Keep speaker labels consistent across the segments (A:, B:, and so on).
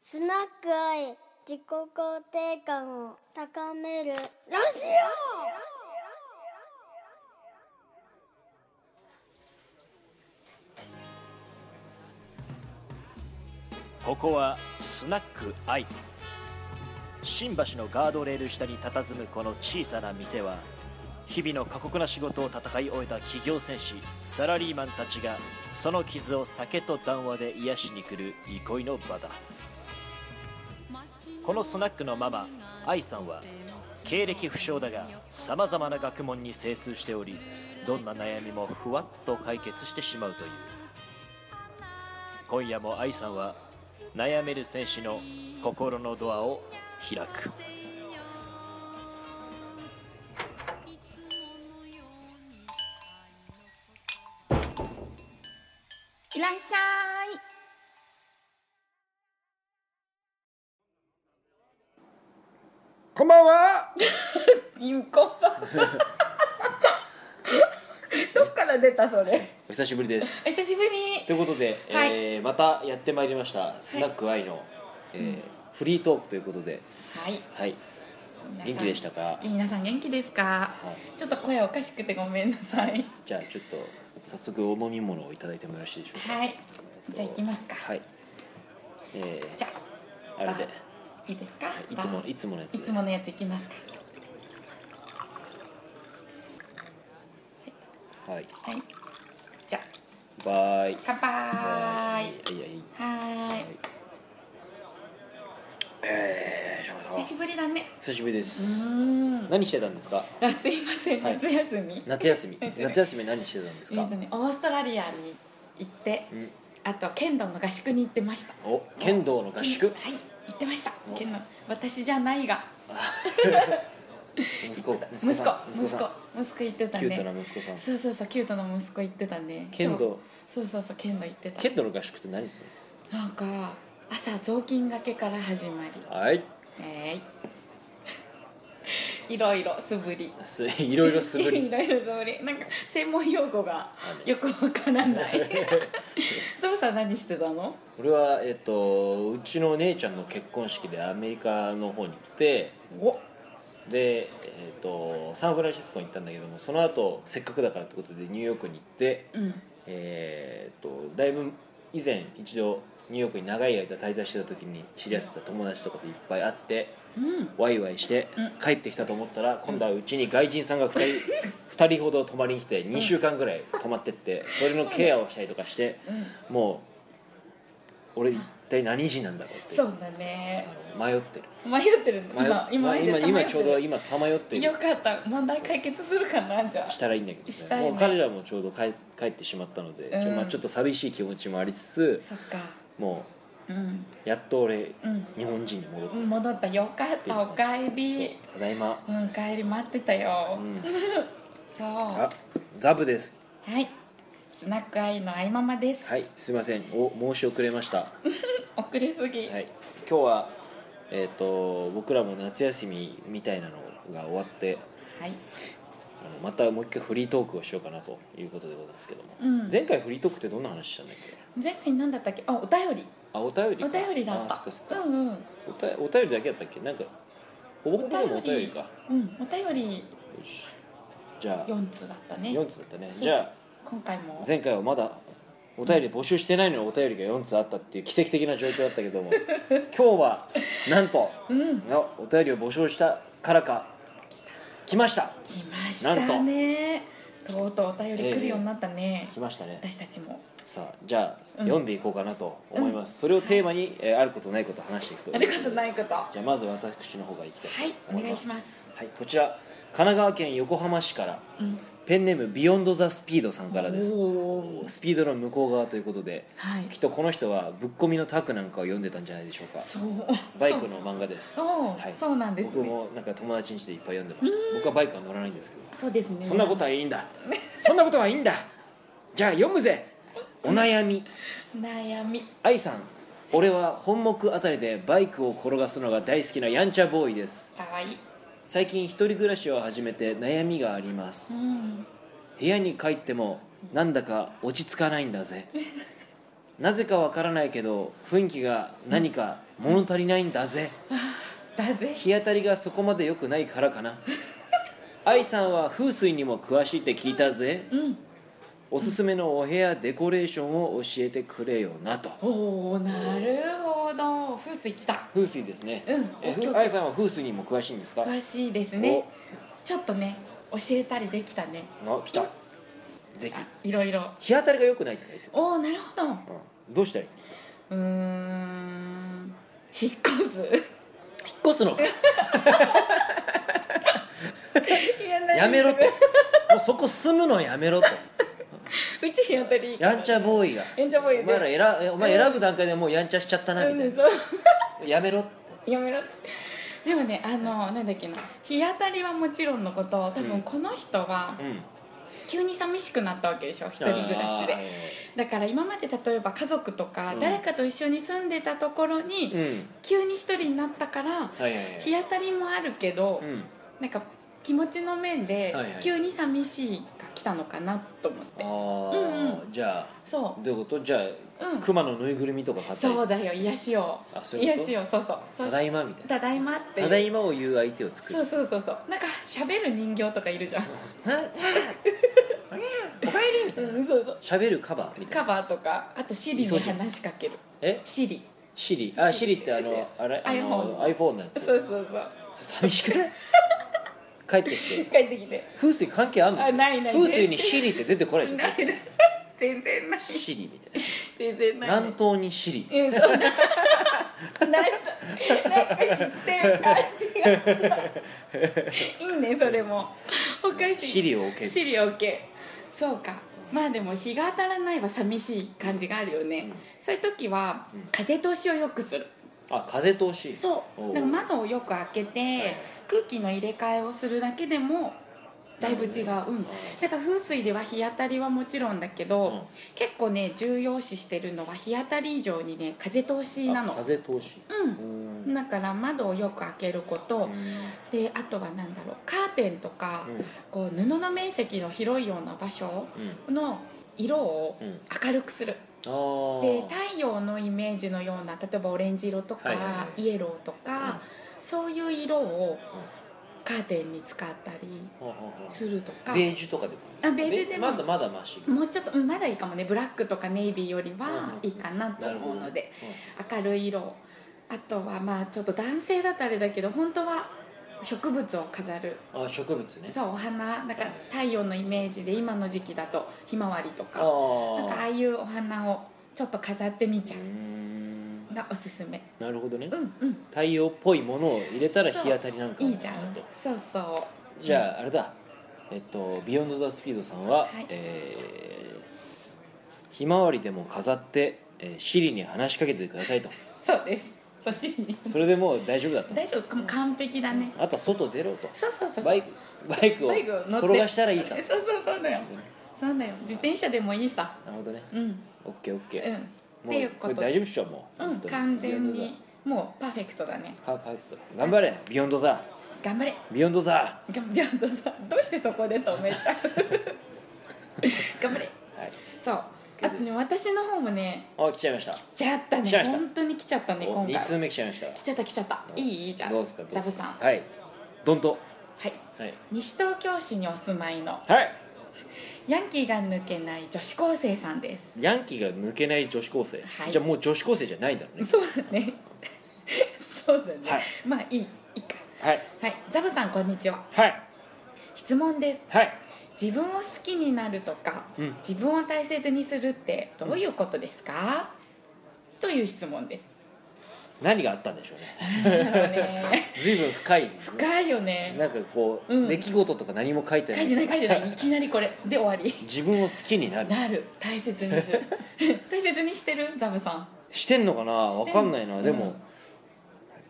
A: スナック愛自己肯定感を高めるラジ
B: ここはスナックアイ新橋のガードレール下に佇むこの小さな店は日々の過酷な仕事を戦い終えた企業戦士サラリーマンたちがその傷を酒と談話で癒しに来る憩いの場だこのスナックのママ愛さんは経歴不詳だがさまざまな学問に精通しておりどんな悩みもふわっと解決してしまうという今夜も愛さんは悩める選手の心のドアを開く
C: いらっしゃい。
D: こんばんは。
C: ピンコパ。 どっから出たそれ。
B: お久しぶりです
C: 久しぶり。
B: ということで、
C: はい
B: えーまたやってまいりましたスナックアイの、えーフリートークということで
C: はい。
B: はい元気でしたか、はい、
C: 皆さん元気ですか。ちょっと声おかしくてごめんなさい。
B: じゃあちょっと早速お飲み物をいただいてもよろしいでしょうか
C: はい。じゃあ行きますか。
B: はいえ
C: じゃ
B: ー、あれで
C: あいいですか。
B: いつもいつものやつ
C: い
B: で
C: つものやつ行きますか。
B: はい
C: はい。じゃあ
B: バイ
C: 乾杯。
B: バ
C: は
B: イはいはい
C: ーい。
B: えー
C: 久しぶりだね。
B: 久しぶりで
C: う
B: す
C: ーん。
B: 何してたんですか
C: あすいません
B: はい
C: 夏休み。
B: 夏休み
C: 夏休み
B: 夏休み何してたんです
C: え
B: か
C: っとねオーストラリアに行って。
B: うん
C: あと剣道の合宿に行ってました
B: お剣道の合宿
C: はい行ってました
B: お
C: 剣道私じゃないが
B: 息子息
C: 息子
B: 子
C: 息
B: さん
C: 子息子行ってた
B: キュート
C: ね
B: な息子さん
C: そうそうそうキュートな息子行ってたね
B: 剣道
C: 今日そうそうそう剣道行ってた
B: 剣道の合宿って何する
C: なんか朝雑巾がけから始まり
B: のはい
C: え ーいいろいろ素振り
B: す いろいろ素振 り
C: いろいろ素振りなんか専門用語がよくわからない ゾウさん何してたの
B: 俺はえっとうちの姉ちゃんの結婚式でアメリカの方に行って
C: お
B: でえっとサンフランシスコに行ったんだけどもその後せっかくだからってことでニューヨークに行って
C: うん
B: えー、とだいぶ以前一度ニューヨークに長い間滞在してた時に知り合ってた友達とかといっぱい会って
C: うん
B: ワイワイして
C: うん
B: 帰ってきたと思ったら今度はうちに外人さんが2人 二人ほど泊まりに来て2週間ぐらい泊まってってそれのケアをしたりとかして
C: うん
B: もう俺一体何人なんだろうって
C: そ
B: あ
C: うだね
B: の迷ってる
C: 迷ってるん
B: 迷
C: だ今今
B: ま
C: ま
B: あ今
C: でさ
B: 今
C: 迷って
B: ち
C: る
B: ょうど今さまよって
C: よ
B: る
C: かった問題解決するかなじゃ
B: し
C: あ
B: たらいいんだけ
C: し
B: ど、
C: たい
B: ね
C: ね
B: もう彼らもちょうど帰帰ってしまったので、ちょまあ
C: うん
B: ちょっと寂しい気持ちもありつつ
C: そっか
B: もう
C: うん
B: やっと俺、
C: うん
B: 日本人に戻って
C: うん戻ったよかったおかえり
B: そうただいま、
C: うん帰り待ってたよ、
B: うん、
C: そう
B: あ
C: は
B: ザブです
C: いスナックアイの合間まです、
B: はいすいませんお申し遅れました、は
C: 遅れすぎ、
B: い、今日はえっ、と僕らも夏休みみたいなのが終わって
C: はい
B: あのまたもう一回フリートークをしようかなということでございますけども、
C: うん
B: 前回フリートークってどんな話したんだっけ
C: 前回何だったっけあお便り
B: あお便りか
C: お便りだ
B: あそっかそっ
C: った
B: か、
C: うんうん
B: おたお便りだけやったっけなんかほぼほぼでもお便りかよ
C: うんお便り
B: しじゃあ
C: 四つだったね
B: 4つだったね
C: そうそう
B: じゃあ
C: 今回も
B: 前回はまだお便り募集してないのにお便りが4つあったっていう奇跡的な状況だったけど も今日はなんと、
C: うん
B: のお便りを募集したからか来ました
C: 来ましたねとうとうお便り来るようになったね、
B: 来ましたね
C: 私たちも
B: さあじゃあ、
C: うん
B: 読んでいこうかなと思います、それをテーマに、えーあることないことを話していくと
C: ありがとうないことは
B: じゃあまず私の方がいきたいと
C: いお
B: 思
C: 願
B: い
C: い
B: ま
C: し
B: す,、
C: ます
B: はいこちら神奈川県横浜市から、
C: ん
B: ペンネームビヨンド・ザ・スピードさんからです
C: おー
B: スピードの向こう側ということで
C: はい
B: きっとこの人はぶっ込みのタクなんかを読んでたんじゃないでしょうか
C: そう
B: バイクの漫画です
C: そう、
B: はい
C: そうなんです
B: 僕
C: ね
B: もなんか友達ん家でいっぱい読んでました僕はバイクは乗らないんですけど
C: そうですね
B: そんなことはいいんだそんなことはいいんだじゃあ読むぜお悩み
C: 悩み
B: 愛さん俺は本目あたりでバイクを転がすのが大好きなやんちゃボーイです
C: かわいい
B: 最近一人暮らしを始めて悩みがありま
C: う
B: す
C: ん
B: 部屋に帰ってもなんだか 落ち着かないんだぜなぜかわからないけど雰囲気が何か物足りないんだぜ
C: だぜ
B: 日当たりがそこまで良くないからかな愛さんは風水にも詳しいって聞いたぜ、
C: うん
B: おすすめのお部屋デコレーションを教えてくれよなと
C: おおなるほど風水きた
B: 風水ですね、
C: うん
B: えふ
C: オッケーオッケー
B: 愛さんは風水にも詳しいんですか
C: 詳しいですねちょっとね教えたりできたね
B: あ来たぜひ
C: いろいろ
B: 日当たりが良くないって書いて
C: おおなるほど
B: ある、うん、どうしたらいいう
C: ーん引っ越す
B: 引っ越す のか
C: いや何
B: やめろともうそこ住むのやめろと
C: うち日当たり
B: やんちゃボーイが
C: やんちゃボーイで
B: お前らえらえお前選ぶ段階でもうやんちゃしちゃったなみたいな、
C: うん
B: やめろって
C: そうやめろでもねあのなんだっけな日当たりはもちろんのこと多
B: う
C: 分
B: ん
C: この人は
B: うん
C: 急に寂しくなったわけでしょ一人暮
B: あ
C: らし
B: ーはいはい
C: でだから今まで例えば家族とか
B: うん
C: 誰かと一緒に住んでたところに
B: うん
C: 急に一人になったから
B: はいはいはい
C: 日当たりもあるけど
B: うん
C: なんか気持ちの面で
B: はいはい
C: 急に寂しいが来たのかなと思っ
B: あ
C: て
B: あ、じゃ
C: そ
B: あどういうことじゃあ、
C: うん
B: 熊のぬいぐるみとか買
C: う
B: ったり
C: そうだよ癒しを
B: あそういうこ
C: 癒
B: と
C: しをそうそうそう
B: ただいまみたいな
C: ただいまっていう
B: ただいまを言う相手を作
C: そう
B: る
C: そうそうそうなんか喋る人形とかいるじゃん
B: おかえりみたいな
C: うんそうそう
B: 喋るカバーみたい
C: カ
B: な
C: バーとかあとシリに話しかける
B: え
C: シリ
B: シリあシリってあ
C: シリ
B: のあれあの
C: iPhone
B: iPhone のやつ
C: そうそうそう
B: それ寂しくない 帰ってきて
C: 帰ってきて
B: 風水関係あるの
C: あないない
B: 風水にシリって出てこないでしょ
C: ないない全然ない
B: シリみたい
C: 全然ない
B: な南東にシリ
C: うんそうなんなんか知ってる感じがした いいねそれもおかしい
B: シリを受ける
C: シリを受けそうかまあでも日が当たらないは寂しい感じがあるよね、そういう時は風通しをよくする
B: あ風通し
C: そう
B: お
C: だから窓をよく開けて、
B: い
C: 空気の入れ替えをするだけでもだいぶ違う、うん、なんか風水では日当たりはもちろんだけど、
B: うん
C: 結構ね重要視してるのは日当たり以上にね風通しなの
B: あ風通し
C: うん
B: うん
C: だから窓をよく開けること、であとは何だろうカーテンとか、
B: うん
C: こう布の面積の広いような場所
B: うん
C: の色を
B: うん
C: 明るくする、
B: あー
C: で太陽のイメージのような例えばオレンジ色とか、
B: はいはいはい
C: イエローとか、そういう色をカーテンに使ったり
B: ほうほうほう
C: するとか
B: ベージュとかでも
C: あベージュでも
B: まだまだマシ
C: もうちょっとうんまだいいかもねブラックとかネイビーよりは
B: うん
C: いいかなと思うので、
B: なる
C: 明るい色あとはまあちょっと男性だとあれだけど本当は植物を飾る
B: あ植物ね
C: そうお花なんか太陽のイメージで今の時期だとひまわりと
B: あ
C: か
B: ー
C: なんかああいうお花をちょっと飾ってみちゃ
B: うーん
C: うがおすすめ
B: なるほどね
C: うんうん
B: 太陽っぽいものを入れたら日当たりなんかも
C: いいじゃん
B: と
C: そうそう
B: じゃああれだえっとビヨンド・ザ・スピードさんは、
C: はい
B: えーひまわりでも飾って、えーシリに話しかけてくださいと
C: そうですそしに
B: それでもう大丈夫だと
C: 大丈夫もう完璧だね
B: あとは外出ろと
C: そうそうそうそう
B: バイクバイクを
C: バイクを乗って
B: 転がしたらいいさ
C: そうそうそうだよそうだよ自転車でもいいさ
B: なるほどね
C: うん
B: オッケーオッケ
C: う
B: ー、
C: ん
B: もう
C: っていうこと
B: れ大丈夫っしょもう、
C: うん
B: 本当に
C: 完全
B: ビヨン
C: にもうパーフェクトだね
B: ドザパーフェクト頑張れビヨンドザ
C: 頑張れ
B: ビヨンドザ
C: 頑張れとさどうしてそこで止めちゃう 頑張れ
B: はい
C: そうあとね私の方もね
B: あ来ちゃいました
C: 来ちゃった
B: 来ちゃい
C: ね
B: ました
C: 本当に来ちゃったね
B: お
C: 今
B: 二
C: 回
B: 通
C: 来
B: 目来ちゃいました
C: ちゃった来ちゃったいいじゃん
B: どうですかどうで
C: ザ
B: す
C: ブ
B: か
C: さんはい、
B: はいどんとはい
C: 西東京市にお住まいの
B: はい
C: ヤンキーが抜けない女子高生さんです
B: ヤンキーが抜けない女子高生、
C: はい
B: じゃあもう女子高生じゃないんだろうね
C: そうだね そうだね、
B: はい
C: まあいいいいか
B: はい
C: はいザブさんこんにちは
B: はい
C: 質問です
B: はい
C: 自分を好きになるとか、
B: うん
C: 自分を大切にするってどういうことですか、という質 問です
B: 何があったんでしょうね
C: だからね
B: 随分深い
C: 深いよね
B: なんかこう、
C: うん
B: 出来事とか何も書いてな
C: 書
B: い
C: いてない書いてないいきなりこれで終わり
B: 自分を好きになる
C: なる大切 にする大切にしてるザブさん
B: してんのかなわ
C: してん
B: かんないなでも、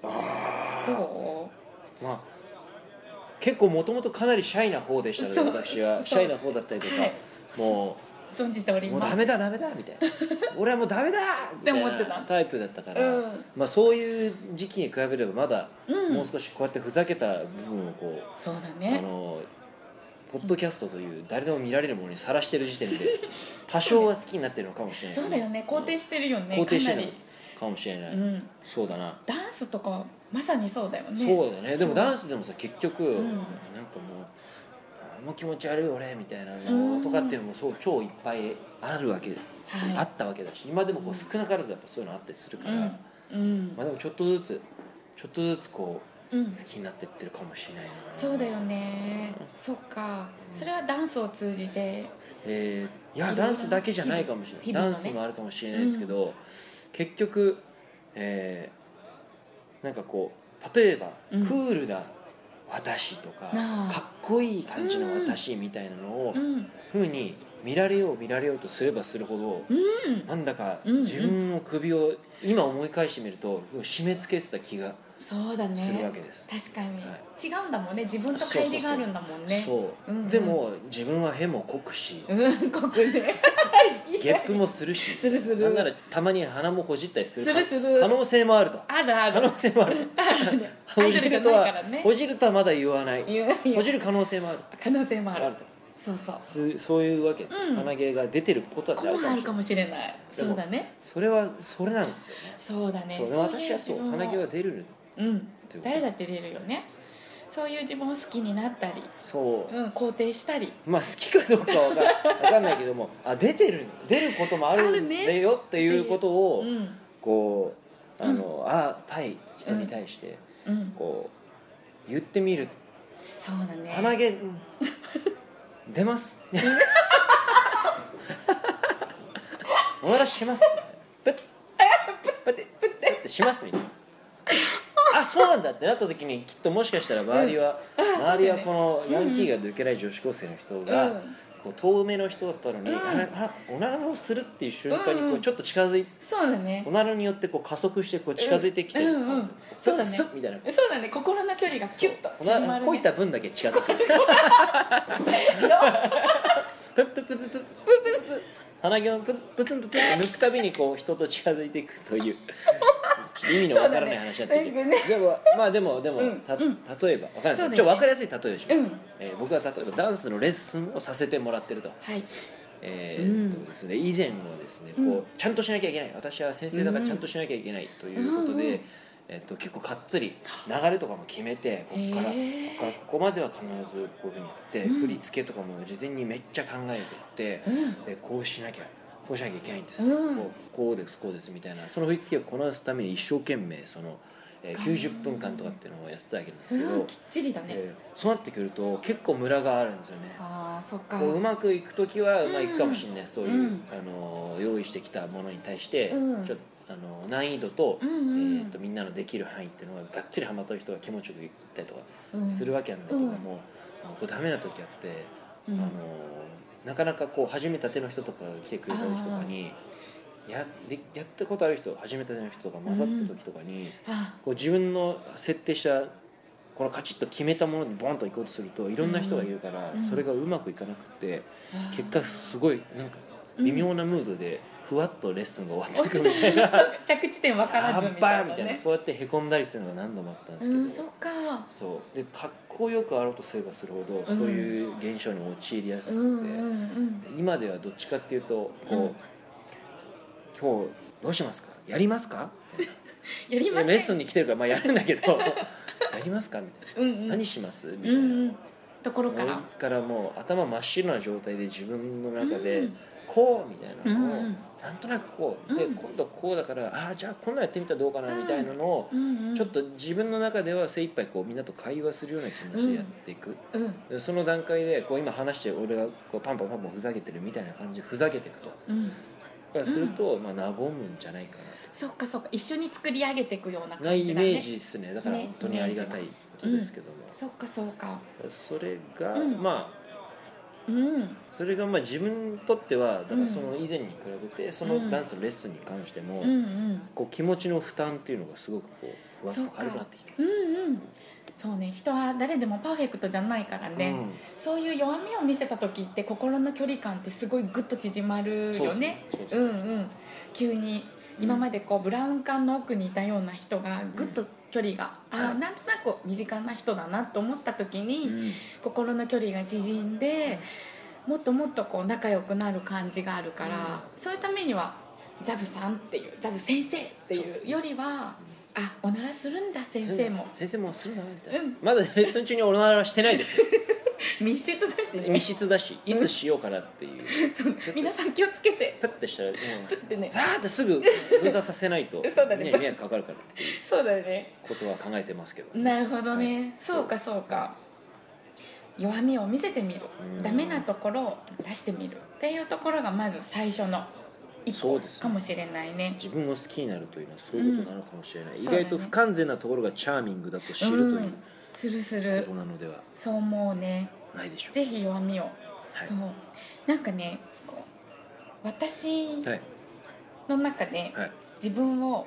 C: ど
B: まあ結構もともとかなりシャイな方でしたので
C: そう
B: 私はシ
C: そう
B: ャイな方だったりとか、
C: はい
B: も
C: う存じてお
B: う
C: り
B: もう
C: ま
B: ダ
C: す
B: メだダメだみたい な俺はもうダメだみた
C: って思って
B: い
C: た
B: なタイプだったから、
C: うん
B: まあ、そういう時期に比べればまだ、
C: うん
B: もう少しこうやってふざけた部分をこう
C: そうだ
B: あ
C: ね
B: のポッドキャストという誰でも見られるものにさら してる時点で多少は好きになってるのかもしれない
C: そうだよね肯定してるよね
B: 肯定して
C: かな
B: る
C: り
B: かもしれない、
C: うん
B: そうだな、
C: ダンスとかまさにそうだよね
B: そうだねでもダンスでもさ結局、
C: ん
B: なんかもうあもう気持ち悪い俺みたいな
C: う
B: の
C: ん
B: とかっていうのもそう超いっぱいあるわけ、
C: はい
B: あったわけだし今でもこう少なからずやっぱそういうのあったりするから、ま
C: うん
B: あでもちょっとずつちょっとずつこう
C: うん、うん
B: 好きになってってるかもしれないな
C: そうだよねそっかそれはダンスを通じて
B: えーいや
C: いろいろ
B: ダンスだけじゃないかもしれない、
C: 日
B: ダ
C: 々のね
B: ンスもあるかもしれないですけど、結局、えーなんかこう例えば、
C: うん
B: クールな私とか
C: ああ
B: かっこいい感じの私みたいなのを、
C: うん
B: ふうに見られよう見られようとすればするほど、
C: うん
B: なんだか
C: うんうん
B: 自分の首を今思い返してみると締め付けてた気が
C: そうだね
B: するわけです、
C: 確かに、
B: は
C: 違うんだもんね自分と乖離があるんだもんねう
B: そう、
C: んうん
B: でも自分はへもこくし、
C: んここ で
B: ゲップもするし
C: するする
B: なんならたまに鼻もほじったりする
C: するする
B: 可能性もあると
C: あるあ
B: 可
C: る
B: 能性もあ る
C: あるねア
B: ほ
C: イド
B: じ
C: ルじゃ
B: ると
C: ない
B: は
C: からね
B: ほじるとはまだ言わない
C: いやいや
B: ほじる可能性もある
C: 可能性もある
B: あると
C: そうそう
B: すそういうわけですよ、
C: うん
B: 鼻毛が出てることだってある
C: こも
B: か
C: あ
B: も
C: る
B: しれ
C: か
B: ない
C: もしれない
B: でも
C: そうだね
B: それはそれなんですよね
C: そうだね
B: そう
C: そういう
B: 私はそう
C: 自分も
B: 鼻毛は出る
C: うん
B: ということ
C: 誰だって出るよねそういう自分を好きになったり、
B: そう、
C: うん、肯定したり
B: まあ好きかどうかは分かんわかんないけどもあ出てる出ることもあ
C: あ
B: る
C: る
B: ん
C: ね
B: だよっていうことを、
C: うん
B: こうあの、あ対人に対して、
C: うん
B: こう言ってみる
C: そうだね
B: 鼻毛うん出ますおならしますプップッてプッてしますみたいなあそうなんだってなった時にきっともしかしたら周りは、周りはこのヤンキーが抜けない女子高生の人が、
C: うん
B: こう遠目の人だったのに、
C: うん
B: あらあおならをするっていう瞬間に
C: うん
B: こ
C: う
B: うんちょっと近づいて、
C: そうだね
B: おならによってこう加速してこう近づいてきてる
C: うんうんうん
B: こ
C: そうだね
B: スッみたいな
C: そうだね心の距離がキュッと
B: そう
C: 縮まる、ね、
B: こういった分だけ近づくプップップップップップップッ鼻毛をプツプツンプツンって抜くたびにこう人と近づいていくという意味のわからない話だったけ
C: そう
B: ど、
C: だね
B: でもまあでもでも、
C: うん
B: た
C: うん
B: 例えばわかんないですよ、
C: そうだよね
B: ちょっと分かりやすい例えをします、
C: うん
B: えー僕は例えばダンスのレッスンをさせてもらってると,、
C: はい
B: えーっ
C: うん
B: とですね、以前はですねこう、
C: うん
B: ちゃんとしなきゃいけない私は先生だからちゃんとしなきゃいけないということで、
C: うんうん
B: えーっと結構かっつり流れとかも決めてここから、
C: へー
B: ここからここまでは必ずこういうふうにやって、
C: うん
B: 振り付けとかも事前にめっちゃ考えていって。
C: うん
B: でこうしなきゃこうしなきゃいけないんです、
C: うん
B: こうこうですこうですみたいなその振り付けをこなすために一生懸命その、えー
C: 頑張る
B: 90分間とかっていうのをやってたわけなんですけど、
C: うんきっちりだね、
B: えーそうなってくると結構ムラがあるんですよね
C: ああそっか
B: こううまくいく時はうまくいくかもしれない、そういう、
C: うん
B: あのー用意してきたものに対して、
C: うん
B: ちょっとあのー難易度と,、
C: うんうん
B: えー、とみんなのできる範囲っていうのががっちりハマった人が気持ちよくいったりとか
C: うん
B: するわけなんだけど
C: うん
B: も、あのこうダメな時あって、
C: うん
B: あのなかなかこう始めたての人とかが来てくれた時とかにやでやったことある人始めたての人とか混ざった時とかに、
C: あ
B: こう自分の設定したこのカチッと決めたものにボンと行こうとするといろんな人がいるから、
C: うん
B: それがうまくいかなくて、
C: あ
B: 結果すごいなんか微妙なムードでふわっとレッスンが終わっていくみたいな。
C: 着地点分から
B: や
C: ず
B: っ
C: みた
B: ば
C: い
B: み
C: な
B: たいな
C: ね
B: そうやってへこんだりするのが何度もあったんで
C: う
B: すけど、
C: んそっか
B: そうでかっこよくあろうとすればするほど、そういう現象に陥りやす
C: う
B: く
C: ん
B: て、
C: うん
B: 今ではどっちかっていうとこう、
C: うん
B: 今日どうしますかやりますか?」みたい
C: うんやりま
B: な
C: す
B: レッスンに来てるからまあやるんだけど 「やりますか?」みたいな
C: うんう
B: 「
C: ん
B: 何します?」みたい
C: うん
B: な、
C: うんところか
B: 俺
C: ら
B: からもう頭真っ白な状態で自分の中で、
C: うん
B: こうみたいなのを、
C: うんうん
B: なんとなくこうで
C: うん
B: 今度はこうだからああじゃあこんなんやってみたらどうかなみたいなのを、
C: うんうん
B: ちょっと自分の中では精一杯こうみんなと会話するような気持ちでやっていく、
C: うん
B: でその段階でこう今話して俺がこうパンパンパンパンふざけてるみたいな感じでふざけていくと
C: うん
B: からすると、まあ和むんじゃないか
C: そっかそっか一緒に作り上げていくような
B: な、な
C: 感
B: イ
C: じだ
B: メー
C: ね
B: ジですねだから
C: ね
B: 本当にありがたいことですけども、
C: そっかそうか
B: それが、
C: うん
B: まあ
C: うん
B: それがまあ自分にとってはだからその以前に比べてそのダンスのレッスンに関しても、
C: うんうん
B: こう気持ちの負担っていうのがすごくこうわっと
C: そうか
B: 軽くなってきてる
C: うんうんそうね人は誰でもパーフェクトじゃないからね、
B: うん
C: そういう弱みを見せた時って心の距離感ってすごいグッと縮まる
B: そう
C: よ
B: そう
C: ね
B: そう
C: う
B: そうん
C: うん急に今までこうブラウン管の奥にいたような人がグッと距離が、
B: うん
C: あ
B: はい
C: なんとなく身近な人だなと思った時に、
B: うん
C: 心の距離が縮んでもっともっとこう仲良くなる感じがあるから、そういうためにはザブさんっていうザブ先生っていうよりはあおならするんだ先生も
B: 先生もするなみたいな、
C: うん
B: まだレッスン中におならはしてないですよ
C: 密室だし ね
B: 密室だしいつしようかなっていう
C: そう皆さん気をつけて
B: プッてしたらも
C: プってね
B: うザーってすぐ封鎖させないと
C: そうだね
B: みんなに迷惑かかるからっていう
C: そうだよね
B: ことは考えてますけどね、
C: なるほどね、
B: はい
C: そうかそうか弱みを見せてみる
B: うん
C: ダメなところを出してみるっていうところがまず最初の一
B: そ
C: 歩
B: うですね
C: かもしれないね
B: 自分を好きになるというのはそういうことなのかもしれない、
C: う
B: 意
C: ん
B: 外
C: そうだ
B: と
C: ね
B: 不完全なところがチャーミングだと知ると
C: う
B: いうん
C: するす
B: こ
C: る
B: となのでは
C: そう思うね
B: ないでしょうか
C: ぜひ弱みを、
B: はい
C: そうなんかねこう私
B: はい
C: の中で、
B: はい
C: 自分を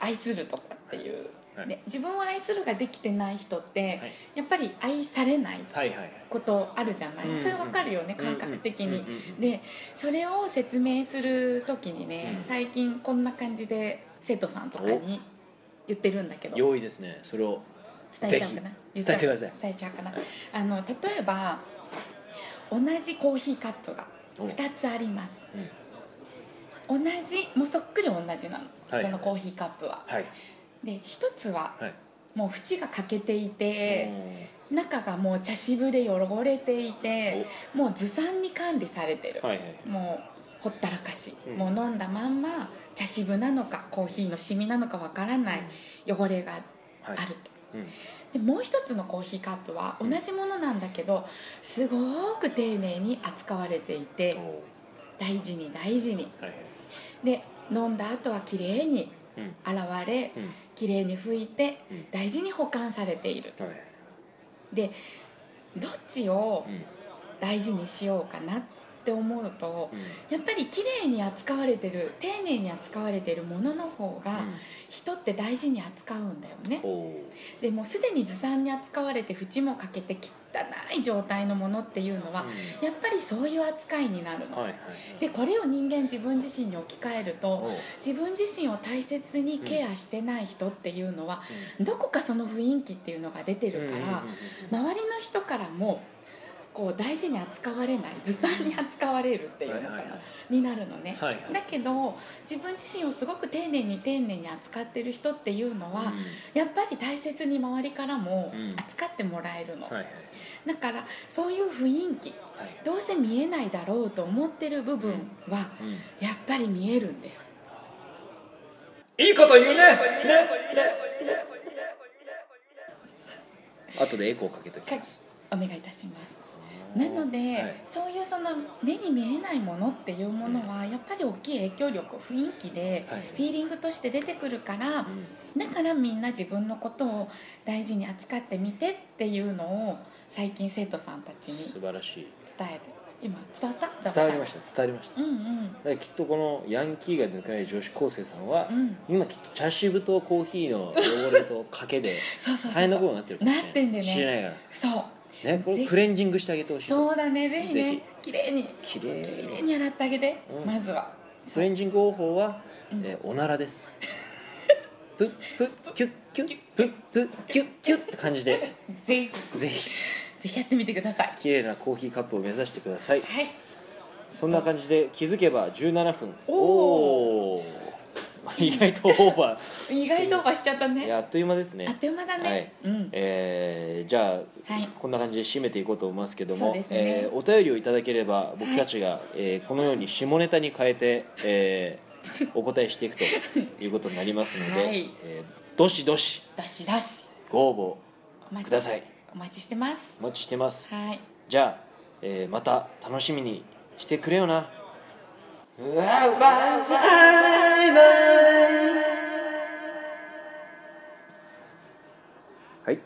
C: 愛するとかっていう、
B: はい
C: ね自分を愛するができてない人って、
B: はい
C: やっぱり愛されない
B: はいはいはい
C: ことあるじゃない、
B: うん
C: それわかるよね、感覚的に、
B: うんうんうんうん
C: でそれを説明する時にね、
B: うん
C: 最近こんな感じで生徒さんとかに言ってるんだけど
B: 用意ですねそれを
C: 伝えちゃうかな
B: ぜひ
C: 言っち
B: 伝
C: ゃう
B: えてください
C: 伝えちゃうかなあの例えば同じコーヒーカップが
B: お
C: 2つあります
B: うん
C: 同じもうそっくり同じなの、
B: はい
C: そのコーヒーカップは
B: はい
C: で一つは
B: はい
C: もう縁が欠けていて中がもう茶渋で汚れていてもうずさんに管理されてる、
B: おーはいはい
C: もうほったらかし、
B: うん
C: もう飲んだまんま茶渋なのかコーヒーのシミなのかわからない汚れがあ
B: はい
C: ると、
B: うん
C: でもう一つのコーヒーカップは同じものなんだけどすごく丁寧に扱われていて
B: おー
C: 大事に大事に
B: はいはい
C: で飲んだ後は綺麗に
B: うん
C: 洗われ綺麗に拭いて
B: うん
C: 大事に保管されている
B: うんはい
C: でどっちを
B: うん
C: 大事にしようかなって思うと
B: うん
C: やっぱり綺麗に扱われてる丁寧に扱われてるものの方が人って大事に扱うんだよね
B: うんおー
C: でもうすでにずさんに扱われて縁もかけて汚い状態のものっていうのはやっぱりそういう扱いになる
B: うん
C: の、
B: はいはい
C: でこれを人間自分自身に置き換える
B: お
C: と
B: ー
C: 自分自身を大切にケアしてない人っていうのはどこかその雰囲気っていうのが出てるから
B: うんうんうん
C: 周りの人からもこう大事に扱われないずさんに扱われるっていうのかな、
B: はいはいはい
C: になるのね、
B: はいはい
C: だけど自分自身をすごく丁寧に丁寧に扱ってる人っていうのは、やっぱり大切に周りからも
B: うん
C: 扱ってもらえるの、
B: うんはいはい
C: だからそういう雰囲気
B: はい
C: どうせ見えないだろうと思ってる部分は
B: うん
C: やっぱり見えるんです
D: いいこと言うね
B: 後でエコーかけとき
C: か
B: ます
C: お願いいたしますなので、
B: はい
C: そういうその目に見えないものっていうものはやっぱり大きい影響力雰囲気で
B: はい
C: フィーリングとして出てくるからだからみんな自分のことを大事に扱ってみてっていうのを最近生徒さんたち
B: うん
C: に
B: 素晴らしい
C: 伝えて今伝わった
B: 伝わりました伝わりました
C: たうんうん
B: だからきっとこのヤンキーが抜かれる女子高生さんは、
C: うん
B: 今きっと茶渋とコーヒーの汚れと賭けで
C: そうそうそうそう
B: 大変なことになってるかもしれない
C: なってんだよね
B: 知れないか
C: そう
B: らねこ
C: ぜ
B: れ
C: ひ
B: クレンジングしてあげてほしい
C: そうだねぜひ
B: ぜ
C: ね綺麗に
B: きれい
C: 綺麗に洗ってあげて、
B: うん
C: まずは
B: クレンジング方法は、えーおならですプップッキュッキュップップッキュッキュッって感じで
C: ぜひ
B: ぜひ
C: ぜひやってみてください
B: 綺麗なコーヒーカップを目指してください
C: はい
B: そんな感じで気づけば17分
C: お
B: おー意外とオーバ
C: 意外とオーバーしちゃった
B: ーいや
C: ね
B: あっという間ですね
C: あっという間だね、
B: はい
C: うん
B: えーじゃあ、
C: はい
B: こんな感じで締めていこうと思いますけど
C: そ
B: も、
C: うですね
B: えーお便りをいただければ僕たちが、えーこのように下ネタに変えて、えーお答えしていくということになりますので、
C: はい
B: えーどしどし
C: だしだし
B: ご応
C: お待
B: ください
C: お待ちしてます
B: 募お待ちしてます
C: はい
B: じゃあ、えーまた楽しみにしてくれよなはい